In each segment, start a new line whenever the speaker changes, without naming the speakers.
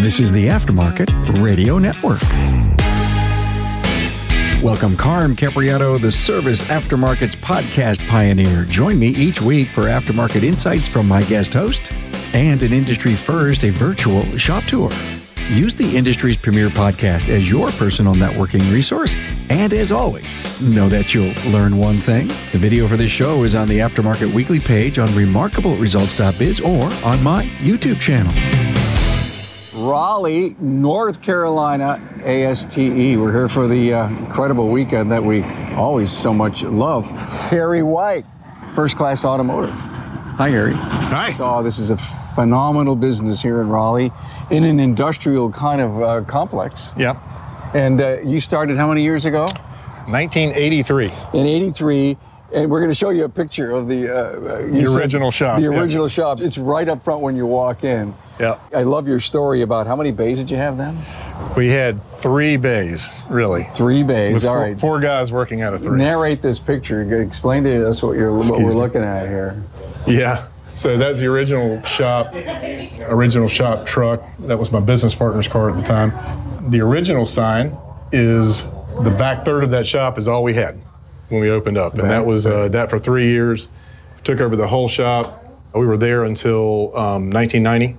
This is the Aftermarket Radio Network. Welcome, Carm Capriato, the service aftermarket's podcast pioneer. Join me each week for aftermarket insights from my guest host and an industry first, a virtual shop tour. Use the industry's premier podcast as your personal networking resource. And as always, know that you'll learn one thing. The video for this show is on the Aftermarket Weekly page on remarkableresults.biz or on my YouTube channel.
Raleigh, North Carolina, ASTE. E. We're here for the uh, incredible weekend that we always so much love. Harry White, First Class Automotive.
Hi, Harry.
Hi.
Saw this is a phenomenal business here in Raleigh, in an industrial kind of uh, complex.
Yep.
And uh, you started how many years ago?
1983.
In '83. And we're going to show you a picture of the uh, uh, you said
original shop,
The
yeah.
original shop. It's right up front when you walk in.
Yep.
I love your story about how many bays did you have then?
We had three bays, really.
Three
With
bays. All
four,
right.
four guys working out of three.
Narrate this picture. G- Explain to us what you're what
Excuse
we're
me.
looking at here.
Yeah. So that's the original shop, original shop truck. That was my business partner's car at the time. The original sign is the back third of that shop is all we had when we opened up, and that was uh, that for three years. Took over the whole shop. We were there until um, 1990.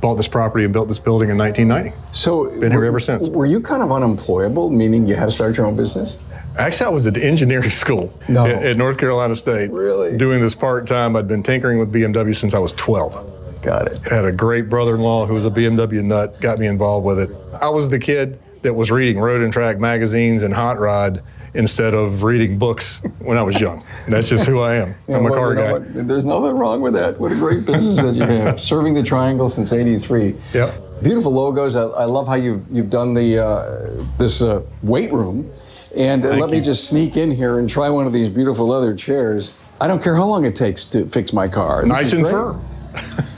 Bought this property and built this building in 1990.
So
Been here ever since.
Were you kind of unemployable, meaning you had to start your own business?
Actually, I was at engineering school
No.
at, at North Carolina State.
Really?
Doing this part time. I'd been tinkering with BMW since I was 12.
Got it.
I had a great brother in law who was a BMW nut, got me involved with it. I was the kid that was reading Road and Track magazines and Hot Rod instead of reading books when I was young. That's just who I am.
You
I'm
know
a
what,
car
you know
guy.
what, There's nothing wrong with that. What a great business that you have. Serving the triangle since '83.
Yep.
Beautiful logos. I, I love how you've you've done the uh, this uh, weight room. And uh, let me
you.
just sneak in here and try one of these beautiful leather chairs. I don't care how long it takes to fix my car. This
Nice
is
and
great.
firm.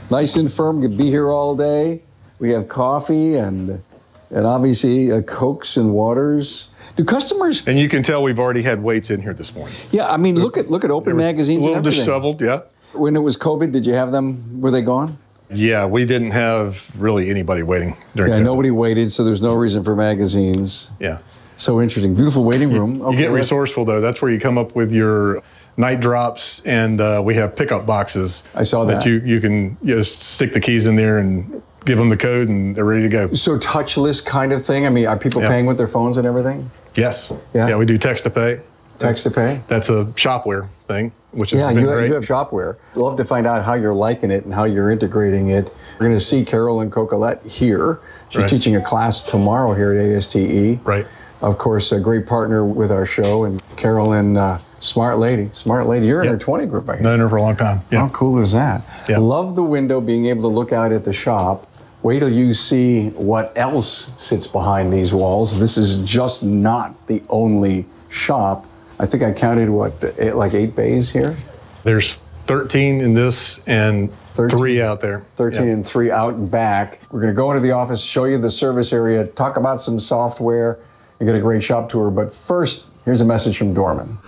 nice and firm. Could be here all day. We have coffee and and obviously uh, cokes and waters. Do customers?
And you can tell we've already had weights in here this morning.
Yeah, I mean, look at look at open
A
magazines.
little
and everything.
disheveled, yeah.
When it was COVID, did you have them? Were they gone?
Yeah, we didn't have really anybody waiting during
Yeah,
COVID.
nobody waited, so there's no reason for magazines.
Yeah.
So interesting. Beautiful waiting room.
You get
let's-
resourceful though. That's where you come up with your night drops, and uh, we have pickup boxes.
I saw that.
you you can just stick the keys in there and give them the code, and they're ready to go.
So touchless kind of thing. I mean, are people
Yeah.
paying with their phones and everything?
Yes.
Yeah.
we do text to pay.
Text to pay.
That's a shopware thing, which has
Yeah,
been
you,
great.
you have Shopware. Love to find out how you're liking it and how you're integrating it. We're going to see Carolyn Cocolette here. She's
Right.
teaching a class tomorrow here at ASTE.
right.
E. Of course, a great partner with our show. And Carolyn, uh, smart lady, smart lady. You're in
Yeah.
her 20 group, I hear.
Known her for a long time. Yeah.
How cool is that?
Yeah.
Love the window, being able to look out at the shop. Wait till you see what else sits behind these walls. This is just not the only shop. I think I counted what, eight, like eight bays here?
There's 13 in this and
13.
three out there.
13
Yeah.
and 3 out and back. We're going to go into the office, show you the service area, talk about some software, and get a great shop tour. But first, here's a message from Dorman.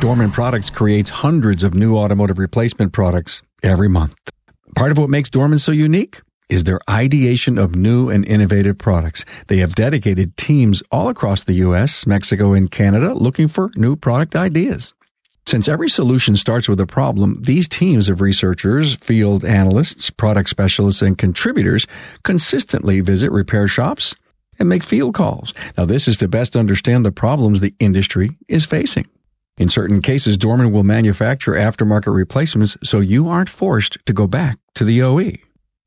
Dorman Products creates hundreds of new automotive replacement products every month. Part of what makes Dorman so unique is their ideation of new and innovative products. They have dedicated teams all across the US, Mexico, and Canada looking for new product ideas. Since every solution starts with a problem, these teams of researchers, field analysts, product specialists, and contributors consistently visit repair shops and make field calls. Now, this is to best understand the problems the industry is facing. In certain cases, Dorman will manufacture aftermarket replacements so you aren't forced to go back to the OE.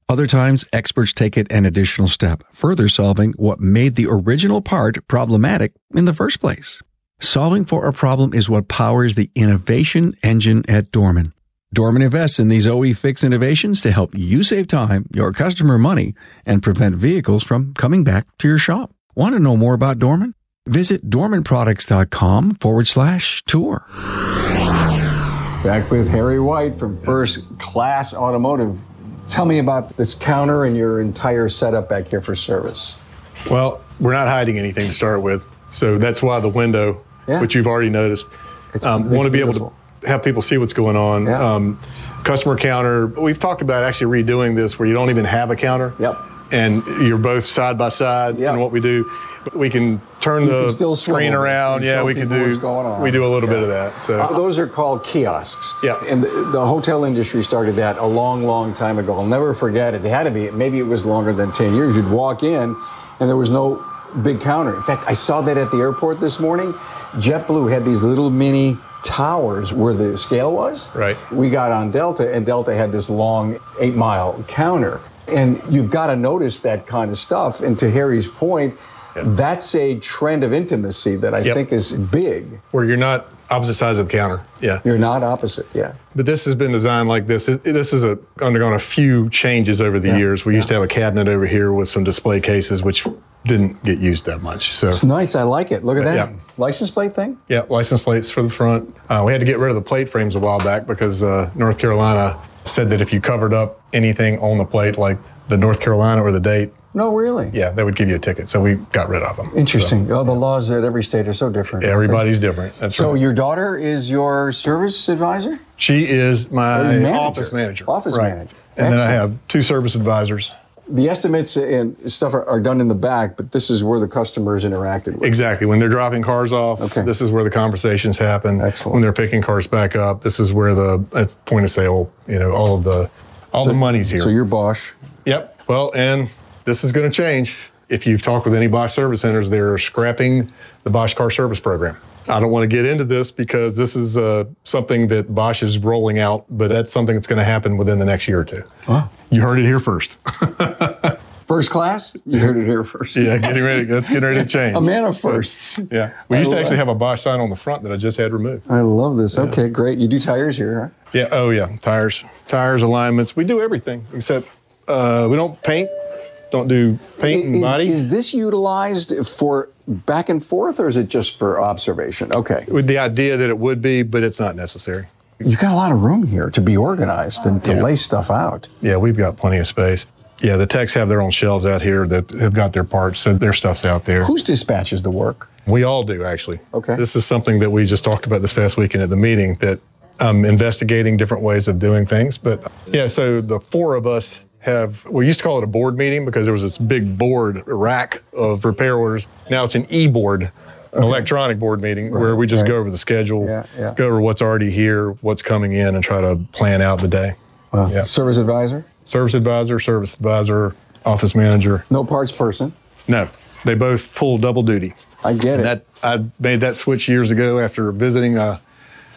Other times, experts take it an additional step, further solving what made the original part problematic in the first place. Solving for a problem is what powers the innovation engine at Dorman. Dorman invests in these OE fix innovations to help you save time, your customer money, and prevent vehicles from coming back to your shop. Want to know more about Dorman? Visit dormanproducts.com forward slash tour.
Back with Harry White from First Class Automotive. Tell me about this counter and your entire setup back here for service.
Well, we're not hiding anything to start with, so that's why the window,
Yeah.
which you've already noticed,
It's-
um,
it's
want to be able
beautiful.
to have people see what's going on.
Yeah.
Um, customer counter. We've talked about actually redoing this where you don't even have a counter.
Yep.
And you're both side by side
Yeah.
in what we do. But we can turn
You
the
can still
screen
swivel
around.
and
Yeah,
show
we can
people
do.
what's going on.
We do a little
Yeah.
bit of that. So
Uh, those are called kiosks.
Yeah.
And the, the hotel industry started that a long, long time ago. I'll never forget it. It had to be, maybe it was longer than 10 years. You'd walk in and there was no big counter. In fact, I saw that at the airport this morning. JetBlue had these little mini towers where the scale was.
Right.
We got on Delta and Delta had this long eight mile counter. And you've got to notice that kind of stuff. And to Harry's point, that's a trend of intimacy that I
Yep.
think is big.
where you're not opposite sides of the counter. Yeah.
You're not opposite. Yeah.
But this has been designed like this. It- This has a, undergone a few changes over the years. We used to have a cabinet over here with some display cases, which didn't get used that much. So,
It's nice. I like it. Look at that.
Uh, Yeah.
License plate thing?
yeah, license plates for the front. Uh, we had to get rid of the plate frames a while back because uh, North Carolina said that if you covered up anything on the plate, like the North Carolina or the date,
No, really.
yeah, they would give you a ticket. So we got rid of them.
Interesting. oh, the laws at every state are so different.
So everybody's different. That's
So
right.
your daughter is your service advisor?
She is my
Your manager.
office manager.
Office
right.
manager.
And then I
Excellent.
have two service advisors.
The estimates and stuff are, are done in the back, but this is where the customers interacted with.
Exactly. When they're dropping cars off,
Okay.
this is where the conversations happen.
Excellent.
When they're picking cars back up, this is where the it's point of sale, you know, all of the all the money's here.
So you're Bosch.
yep. Well, and this is going to change. If you've talked with any Bosch service centers, they're scrapping the Bosch car service program. I don't want to get into this because this is uh, something that Bosch is rolling out, but that's something that's going to happen within the next year or two. You heard it here first.
First class? You heard it here first.
yeah, getting ready. That's getting ready to change.
A man of firsts.
Yeah. We
I
used to
love-
actually have a Bosch sign on the front that I just had removed.
I love this. Okay, great. You do tires here, huh?
Yeah. Oh, yeah. Tires, tires, alignments. We do everything except uh, we don't paint. Don't do paint and
Is-
body.
is this utilized for back and forth, or is it just for observation? Okay.
with the idea that it would be, but it's not necessary.
You got a lot of room here to be organized and to lay stuff out.
Yeah, we've got plenty of space. Yeah, the techs have their own shelves out here that have got their parts, so their stuff's out there.
Whose dispatches the work?
We all do actually.
Okay.
This is something that we just talked about this past weekend at the meeting that I'm investigating different ways of doing things. But yeah, so the four of us have we used to call it a board meeting because there was this big board rack of repair orders. Now it's an e-board, an electronic board meeting where we just
right.
go over the schedule,
Yeah, yeah.
go over what's already here, what's coming in, and try to plan out the day.
Wow.
Yeah.
Service advisor?
Service advisor, service advisor, office manager.
No parts person.
No, they both pull double duty.
I get it.
That I made that switch years ago after visiting a,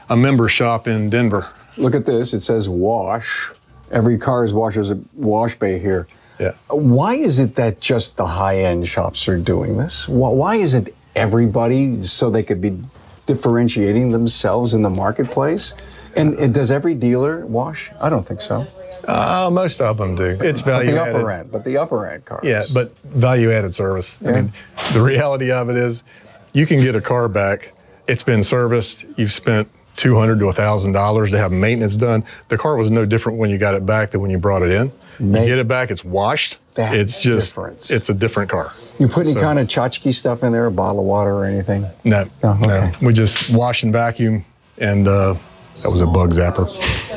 a member shop in Denver.
Look at this. It says wash. Every car's washes a wash bay here.
Yeah.
Why is it that just the high end shops are doing this? Why why isn't everybody so they could be differentiating themselves in the marketplace? And it, does every dealer wash? I don't think so.
Uh, most of them do. It's value
the upper
added.
end, but the upper end cars.
Yeah, but value added service. I
Yeah.
mean, the reality of it is, you can get a car back. It's been serviced. You've spent two hundred to thousand dollars to have maintenance done. The car was no different when you got it back than when you brought it in.
Ma-
You get it back, it's washed.
That's
it's just
difference.
it's a different car.
You put any kind of tchotchke stuff in there, a bottle of water or anything?
No,
Oh, okay.
no. We just wash and vacuum, and uh, that was a bug zapper.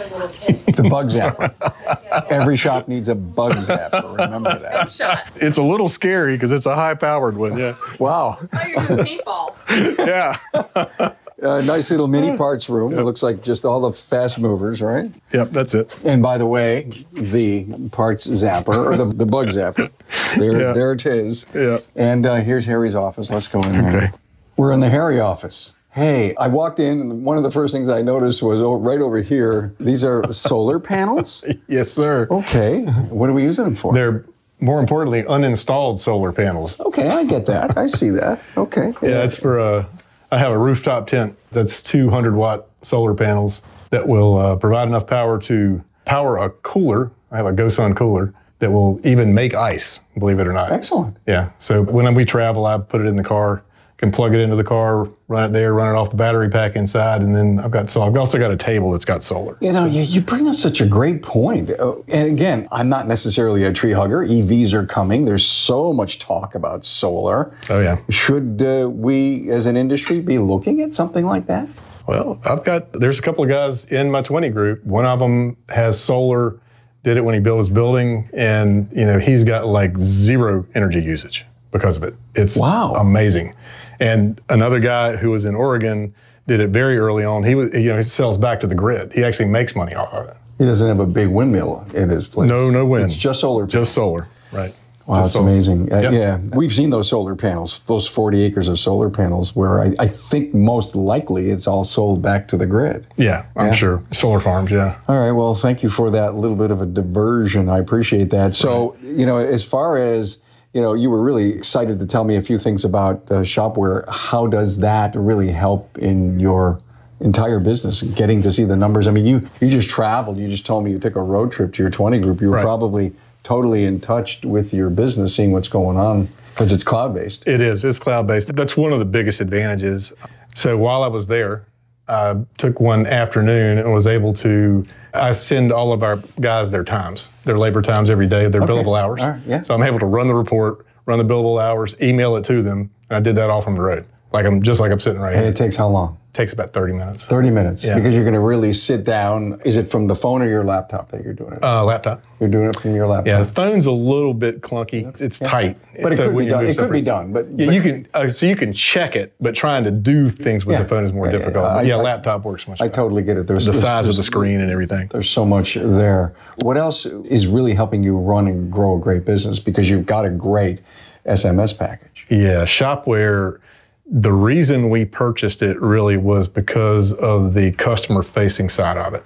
The bug zapper. Every shop needs a bug zapper. Remember that.
shot.
It's a little scary because it's a high powered one. Yeah.
Wow.
Oh, you're doing paintball.
yeah.
Uh, nice little mini parts room. It looks like just all the fast movers, right?
Yep. That's it.
And by the way, the parts zapper or the, the bug zapper. There,
Yeah.
there it is.
Yeah.
And uh, here's Harry's office. Let's go in there.
Okay.
We're in the Harry office. Hey, I walked in, and one of the first things I noticed was oh, right over here. These are solar panels.
Yes, sir.
Okay, what are we using them for?
They're more importantly uninstalled solar panels.
Okay, I get that. I see that. Okay.
Yeah, that's for uh, I have a rooftop tent that's 200 watt solar panels that will uh, provide enough power to power a cooler. I have a GoSun cooler that will even make ice, believe it or not.
excellent.
Yeah. So when we travel, I put it in the car, can plug it into the car, run it there, run it off the battery pack inside, and then I've got so I've also got a table that's got solar.
You know, you, you bring up such a great point. Uh, and again, I'm not necessarily a tree hugger. EVs are coming. There's so much talk about solar.
Oh yeah.
Should uh, we, as an industry, be looking at something like that?
Well, I've got, there's a couple of guys in my 20 group. One of them has solar, did it when he built his building, and, you know, he's got like zero energy usage because of it. It's
Wow.
amazing. And another guy who was in Oregon did it very early on. He was, you know, he sells back to the grid. He actually makes money off of it.
He doesn't have a big windmill in his place.
No, no wind.
It's just solar.
Just solar. Right.
Wow, that's
just solar.
amazing. Uh,
Yep.
Yeah, we've seen those solar panels, those 40 acres of solar panels, where I, I think most likely it's all sold back to the grid.
Yeah, I'm
Yeah.
sure. Solar farms, yeah.
All right, well, thank you for that little bit of a diversion. I appreciate that. So, you know, as far as you know, you were really excited to tell me a few things about uh, Shopware. How does that really help in your entire business and getting to see the numbers? I mean, you you just traveled. You just told me you took a road trip to your 20 group. You were
Right.
probably totally in touch with your business, seeing what's going on because it's cloud based.
It is. It's cloud based. That's one of the biggest advantages. So while I was there, I took one afternoon and was able to. I send all of our guys their times, their labor times every day, their billable hours.
All right, yeah.
So I'm able to run the report, run the billable hours, email it to them, and I did that all from the road. Like I'm just like I'm sitting right
And
here.
it
It
takes how long?
takes about 30 minutes.
30 minutes.
Yeah.
Because you're going to really sit down. Is it from the phone or your laptop that you're doing it?
Uh, laptop.
you're doing it from your laptop.
Yeah, the phone's a little bit clunky. It's- It's tight.
But it
So
could be
when you
done.
do
It could be
separate-
done, but,
Yeah,
but-
you can. Uh, so you can check it, but trying to do things with
Yeah.
the phone is more
Yeah, yeah,
difficult.
yeah.
But
I-
yeah,
I-
laptop works much.
I
better.
totally get it. There's
the
there's-
size of the
there's-
screen and everything.
There's so much there. What else is really helping you run and grow a great business because you've got a great SMS package?
Yeah, Shopware. The reason we purchased it really was because of the customer-facing side of it.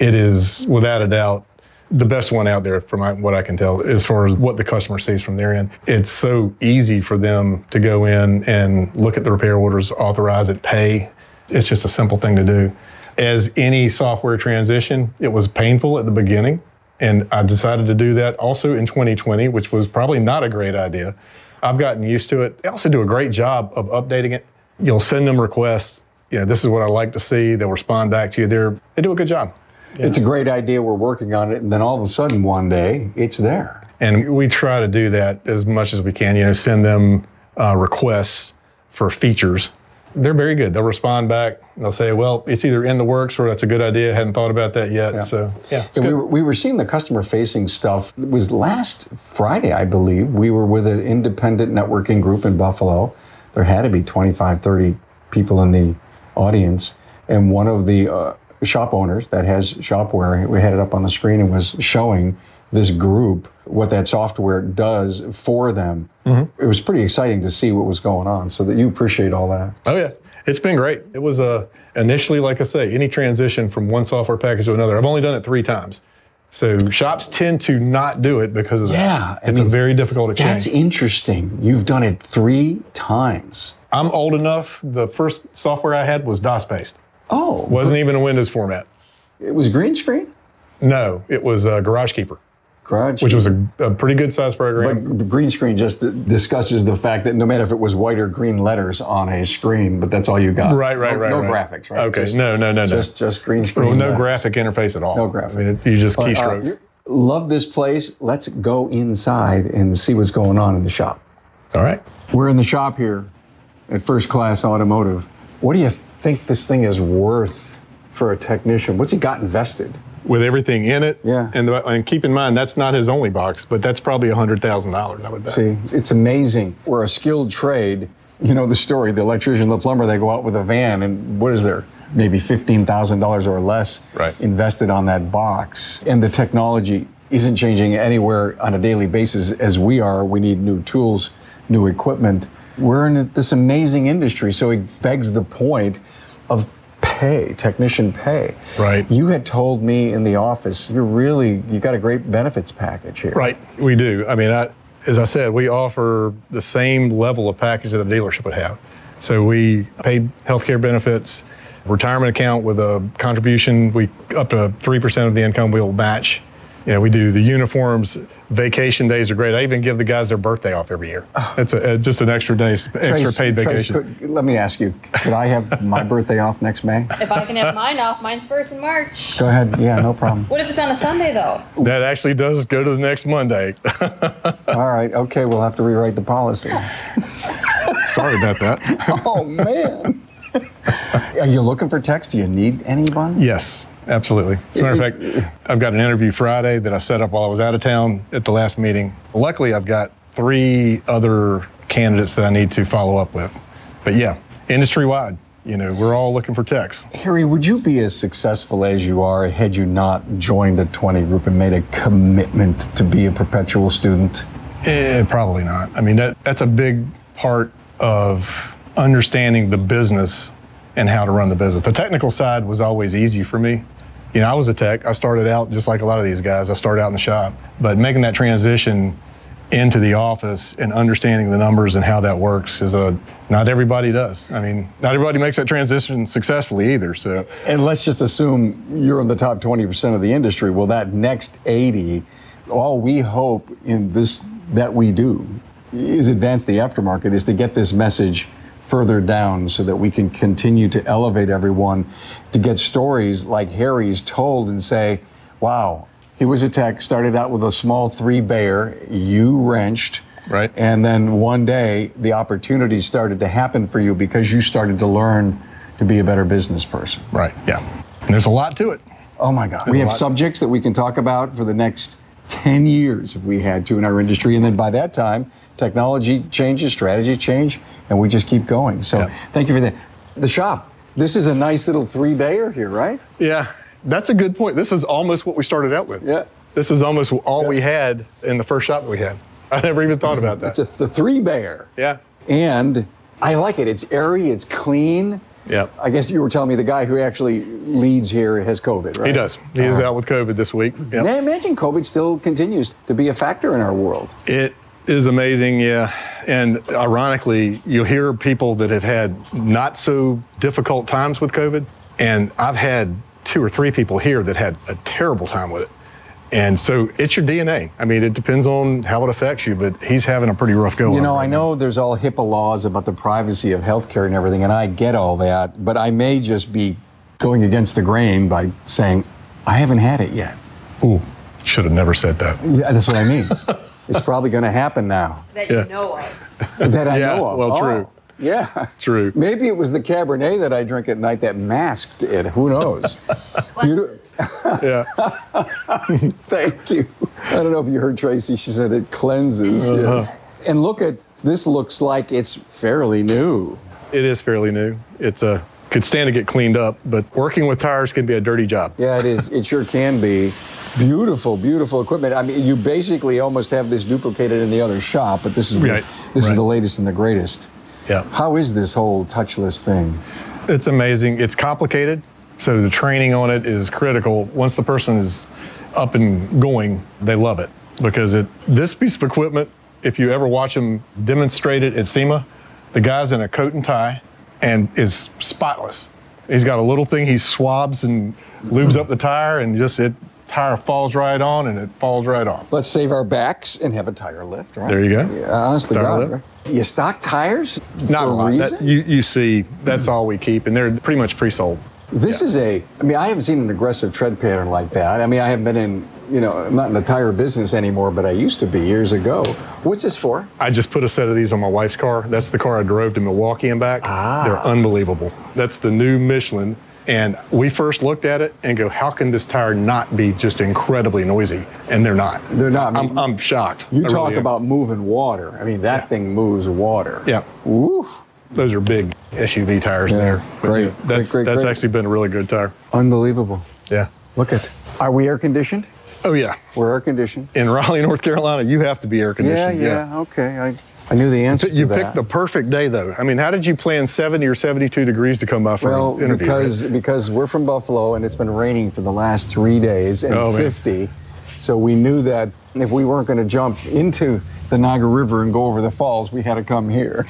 It is without a doubt the best one out there, from my, what I can tell, as far as what the customer sees from their end. It's so easy for them to go in and look at the repair orders, authorize it, pay. It's just a simple thing to do. As any software transition, it was painful at the beginning. And I decided to do that also in 2020, which was probably not a great idea. I've gotten used to it. They also do a great job of updating it. You'll send them requests. You know, this is what I like to see. They'll respond back to you. They're, they do a good job.
It's a great idea. We're working on it, and then all of a sudden one day it's there.
and we try to do that as much as we can. You know, send them uh, requests for features. They're very good. They'll respond back. and They'll say, "Well, it's either in the works or that's a good idea. Hadn't thought about that yet." So yeah, it's
And we,
good.
were, we were seeing the customer facing stuff. It was last Friday, I believe. We were with an independent networking group in Buffalo. There had to be 25, 30 people in the audience. And one of the uh, shop owners that has Shopware, we had it up on the screen and was showing this group what that software does for them.
Mm-hmm.
It was pretty exciting to see what was going on so that you appreciate all that.
Oh yeah, it's been great. It was uh, initially, like I say, any transition from one software package to another. I've only done it three times. So shops tend to not do it because of
Yeah,
that.
I
it's
mean,
a very difficult exchange.
That's interesting. You've done it three times.
I'm old enough. The first software I had was DOS based.
Oh,
Wasn't even a Windows format.
it was green screen?
No, it was uh, GarageKeeper.
Garage.
which was a, a pretty good sized program.
But green screen just discusses the fact that no matter if it was white or green letters on a screen, but that's all you got.
right, right,
no,
right.
No
right.
graphics, right?
Okay,
Just,
no, no, no, no.
just just green screen. uh,
Well, no
letters.
graphic interface at all.
No graphic.
I mean, it, you just
But, uh,
keystrokes.
you- love this place. Let's go inside and see what's going on in the shop.
all right.
We're in the shop here at First Class Automotive. What do you think this thing is worth for a technician? What's he got invested?
With everything in it.
Yeah.
And, the, and keep in mind, that's not his only box, but that's probably $100,000, I would bet.
See, it's amazing. We're a skilled trade. You know the story, the electrician, the plumber, they go out with a van and what is there? Maybe $15,000 or less
Right.
invested on that box. And the technology isn't changing anywhere on a daily basis as we are. We need new tools, new equipment. We're in this amazing industry, so it begs the point of pay, technician pay.
Right.
You had told me in the office, you're really, you got a great benefits package here.
Right, we do. I mean, I, as I said, we offer the same level of package that a dealership would have. So we pay healthcare benefits, retirement account with a contribution. We up to three percent of the income we'll match. You know, we do the uniforms. Vacation days are great. I even give the guys their birthday off every year. It's a, uh, just an extra day, extra
Oh. Trace-
paid
Trace,
vacation.
could- let me ask you, could I have my birthday off next May?
If I can have mine off, mine's first in March.
Go ahead. Yeah, no problem.
What if it's on a Sunday though?
that actually does go to the next Monday.
All right. Okay, we'll have to rewrite the policy.
Sorry about that.
Oh, man. Are you looking for text? Do you need anyone?
Yes, absolutely. As a matter of fact, I've got an interview Friday that I set up while I was out of town at the last meeting. Luckily, I've got three other candidates that I need to follow up with. But yeah, industry wide, you know, we're all looking for techs.
Harry, would you be as successful as you are had you not joined a 20 group and made a commitment to be a perpetual student?
Eh, probably not. I mean, that that's a big part of understanding the business and how to run the business. The technical side was always easy for me. You know, I was a tech. I started out just like a lot of these guys. I started out in the shop, but making that transition into the office and understanding the numbers and how that works is a not everybody does. I mean, not everybody makes that transition successfully either. So
And let's just assume you're in the top 20% of the industry. Well, that next 80, all we hope in this that we do is advance the aftermarket, is to get this message further down so that we can continue to elevate everyone to get stories like Harry's told and say, wow, he was a tech, started out with a small three bear, you wrenched.
Right.
And then one day the opportunity started to happen for you because you started to learn to be a better business person.
right, yeah. And there's a lot to it.
Oh my God. We have
lot.
subjects that we can talk about for the next 10 years if we had to in our industry. And then by that time, technology changes, strategy change, and we just keep going. So
Yeah.
thank you for that. The shop. This is a nice little three bayer here, right?
Yeah, that's a good point. This is almost what we started out with.
Yeah.
This is almost all we had in the first shop that we had. I never even thought about that.
It's a the three bayer.
yeah.
And I like it. It's airy, it's clean.
Yeah.
I guess you were telling me the guy who actually leads here has COVID, right?
He does. He is out with COVID this week. Yep.
Now imagine COVID still continues to be a factor in our world.
It is amazing, yeah. And ironically, you hear people that have had not so difficult times with COVID, and I've had two or three people here that had a terrible time with it. And so it's your DNA. I mean, it depends on how it affects you, but he's having a pretty rough go.
You
on
know,
right
I know there's all HIPAA laws about the privacy of healthcare and everything, and I get all that, but I may just be going against the grain by saying, I haven't had it yet.
now. Ooh, should have never said that.
Yeah, that's what I mean. it's probably going to happen now
that
Yeah.
you know of.
that I
Yeah,
know of.
well,
Oh,
true.
Yeah.
True.
Maybe it was the Cabernet that I drink at night that masked it. Who knows? You-
Yeah.
Thank you. I don't know if you heard Tracy. She said it cleanses.
Uh-huh.
Yes. And look at this. Looks like it's fairly new.
It is fairly new. It's a could stand to get cleaned up, but working with tires can be a dirty job.
Yeah, it is. It sure can be. Beautiful, beautiful equipment. I mean, you basically almost have this duplicated in the other shop, but this is the,
Right,
this is
right.
the latest and the greatest.
Yeah.
How is this whole touchless thing?
It's amazing. It's complicated. So the training on it is critical. Once the person is up and going, they love it because it this piece of equipment, if you ever watch them demonstrate it at SEMA, the guy's in a coat and tie and is spotless. He's got a little thing he swabs and lubes up the tire and just it tire falls right on and it falls right off.
Let's save our backs and have a tire lift, right?
There you go.
Yeah, honest to
Tire
God,
lift.
right? you stock tires
Not
for
a lot.
reason. Hmm.
That, you, you see, that's all we keep, and they're pretty much pre-sold.
This is a, I mean, I haven't seen an aggressive tread pattern like that. I mean, I haven't been in, you know, I'm not in the tire business anymore, but I used to be years ago. What's this for?
I just put a set of these on my wife's car. That's the car I drove to Milwaukee and back.
Ah.
They're unbelievable. That's the new Michelin. And we first looked at it and go, how can this tire not be just incredibly noisy? And they're not.
They're not. I mean,
I'm, I'm shocked.
you
I
talk
really am.
about moving water. I mean, that thing moves water.
Yeah,
Oof.
those are big SUV tires
Yeah,
there. But
great,
yeah, That's,
great, great,
that's
great.
actually been a really good tire.
Unbelievable.
Yeah.
Look at. Are we air conditioned?
Oh, yeah.
We're air conditioned.
In Raleigh, North Carolina, you have to be air
Yeah, yeah,
conditioned.
Okay. I, I knew the answer.
So you
to
picked
that.
the perfect day, though. I mean, how did you plan 70 or 72 degrees to come by for
Well,
an interview?
because because we're from Buffalo and it's been raining for the last three days and
Oh, man.
50, so we knew that if we weren't going to jump into the Niagara River and go over the falls, we had to come here.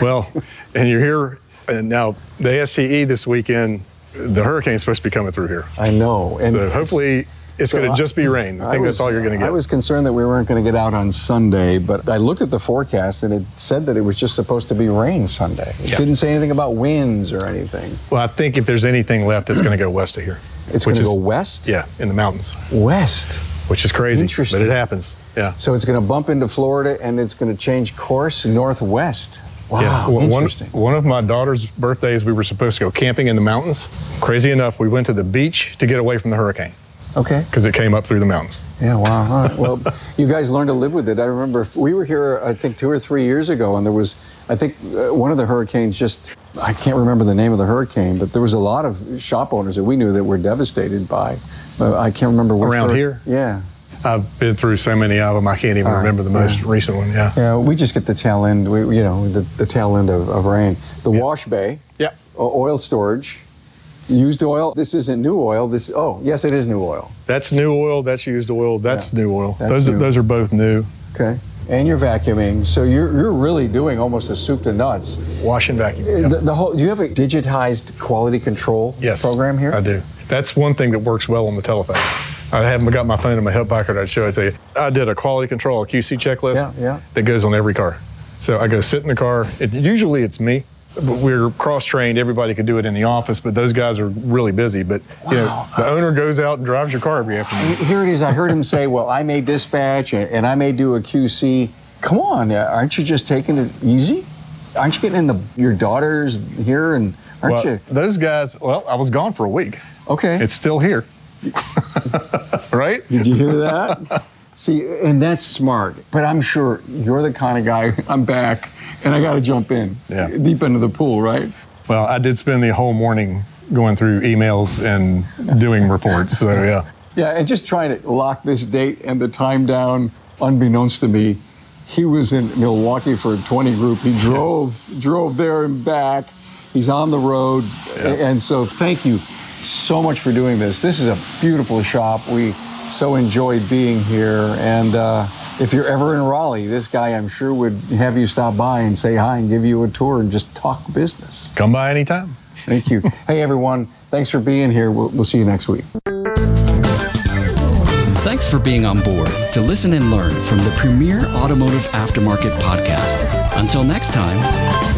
Well, and you're here, and now the SCE this weekend, the hurricane's supposed to be coming through here.
I know. And
So hopefully it's
So
going
I-
to just be rain. I think that's all you're going to
I
get.
was concerned that we weren't going to get out on Sunday, but I looked at the forecast and it said that it was just supposed to be rain Sunday. It
Yeah.
didn't say anything about winds or anything.
well, I think if there's anything left, it's going to go west of here.
It's going
Which
to go
is-
west.
Yeah, in the mountains,
West.
which is crazy.
Interesting.
But it happens. Yeah.
So it's going to bump into Florida and it's going to change course northwest. Wow,
Yeah. One- One,
interesting.
one of my daughter's birthdays, we were supposed to go camping in the mountains. Crazy enough, we went to the beach to get away from the hurricane
Okay.
because it came up through the mountains.
Yeah, wow. All right. Well, you guys learn to live with it. I remember if- we were here, I think, two or three years ago, and there was, I think, uh, one of the hurricanes just, I can't remember the name of the hurricane, but there was a lot of shop owners that we knew that were devastated by. Uh, I can't remember which
Around
hur-
here?
Yeah.
I've been through so many of them, I can't even
All right,
remember the
yeah.
most recent one. Yeah.
Yeah, we just get the tail end, we, you know, the, the tail end of, of rain. The wash bay,
Yeah.
o- oil storage, used oil. This isn't new oil. This, oh, yes, it is new oil.
That's new oil. That's used oil. That's new oil.
that's
those
new.
Are, those are both new.
Okay. And you're vacuuming, so you're, you're really doing almost a soup to nuts.
Wash and vacuum.
Uh,
Yep.
The, the whole, do you have a digitized quality control
yes.
program here?
I do. That's one thing that works well on the telephone. I haven't got my phone in my hip pocket. I'd show it to you. I did a quality control, a QC checklist
Yeah, yeah.
that goes on every car. So I go sit in the car. It, usually it's me. But we're cross-trained. Everybody could do it in the office, but those guys are really busy. But you know, the owner goes out and drives your car every afternoon.
Here it is. I heard him say, "Well, I may dispatch and, and I may do a QC." Come on, uh, aren't you just taking it easy? Aren't you getting in the your daughters here and aren't
Well,
you?
those guys. Well, I was gone for a week.
Okay.
It's still here. right?
Did you hear that? See, and that's smart. But I'm sure you're the kind of guy. I'm back, and I got to jump in
Yeah.
deep into the pool, right?
Well, I did spend the whole morning going through emails and doing reports. So yeah.
Yeah, and just trying to lock this date and the time down, unbeknownst to me, he was in Milwaukee for a 20 group. He drove drove there and back. He's on the road,
Yeah.
and so thank you so much for doing this. This is a beautiful shop. We so enjoyed being here, and uh, if you're ever in Raleigh, this guy I'm sure would have you stop by and say hi and give you a tour and just talk business.
Come by anytime.
Thank you. hey everyone, thanks for being here. We'll, we'll see you next week.
Thanks for being on board to listen and learn from the premier automotive aftermarket podcast. Until next time,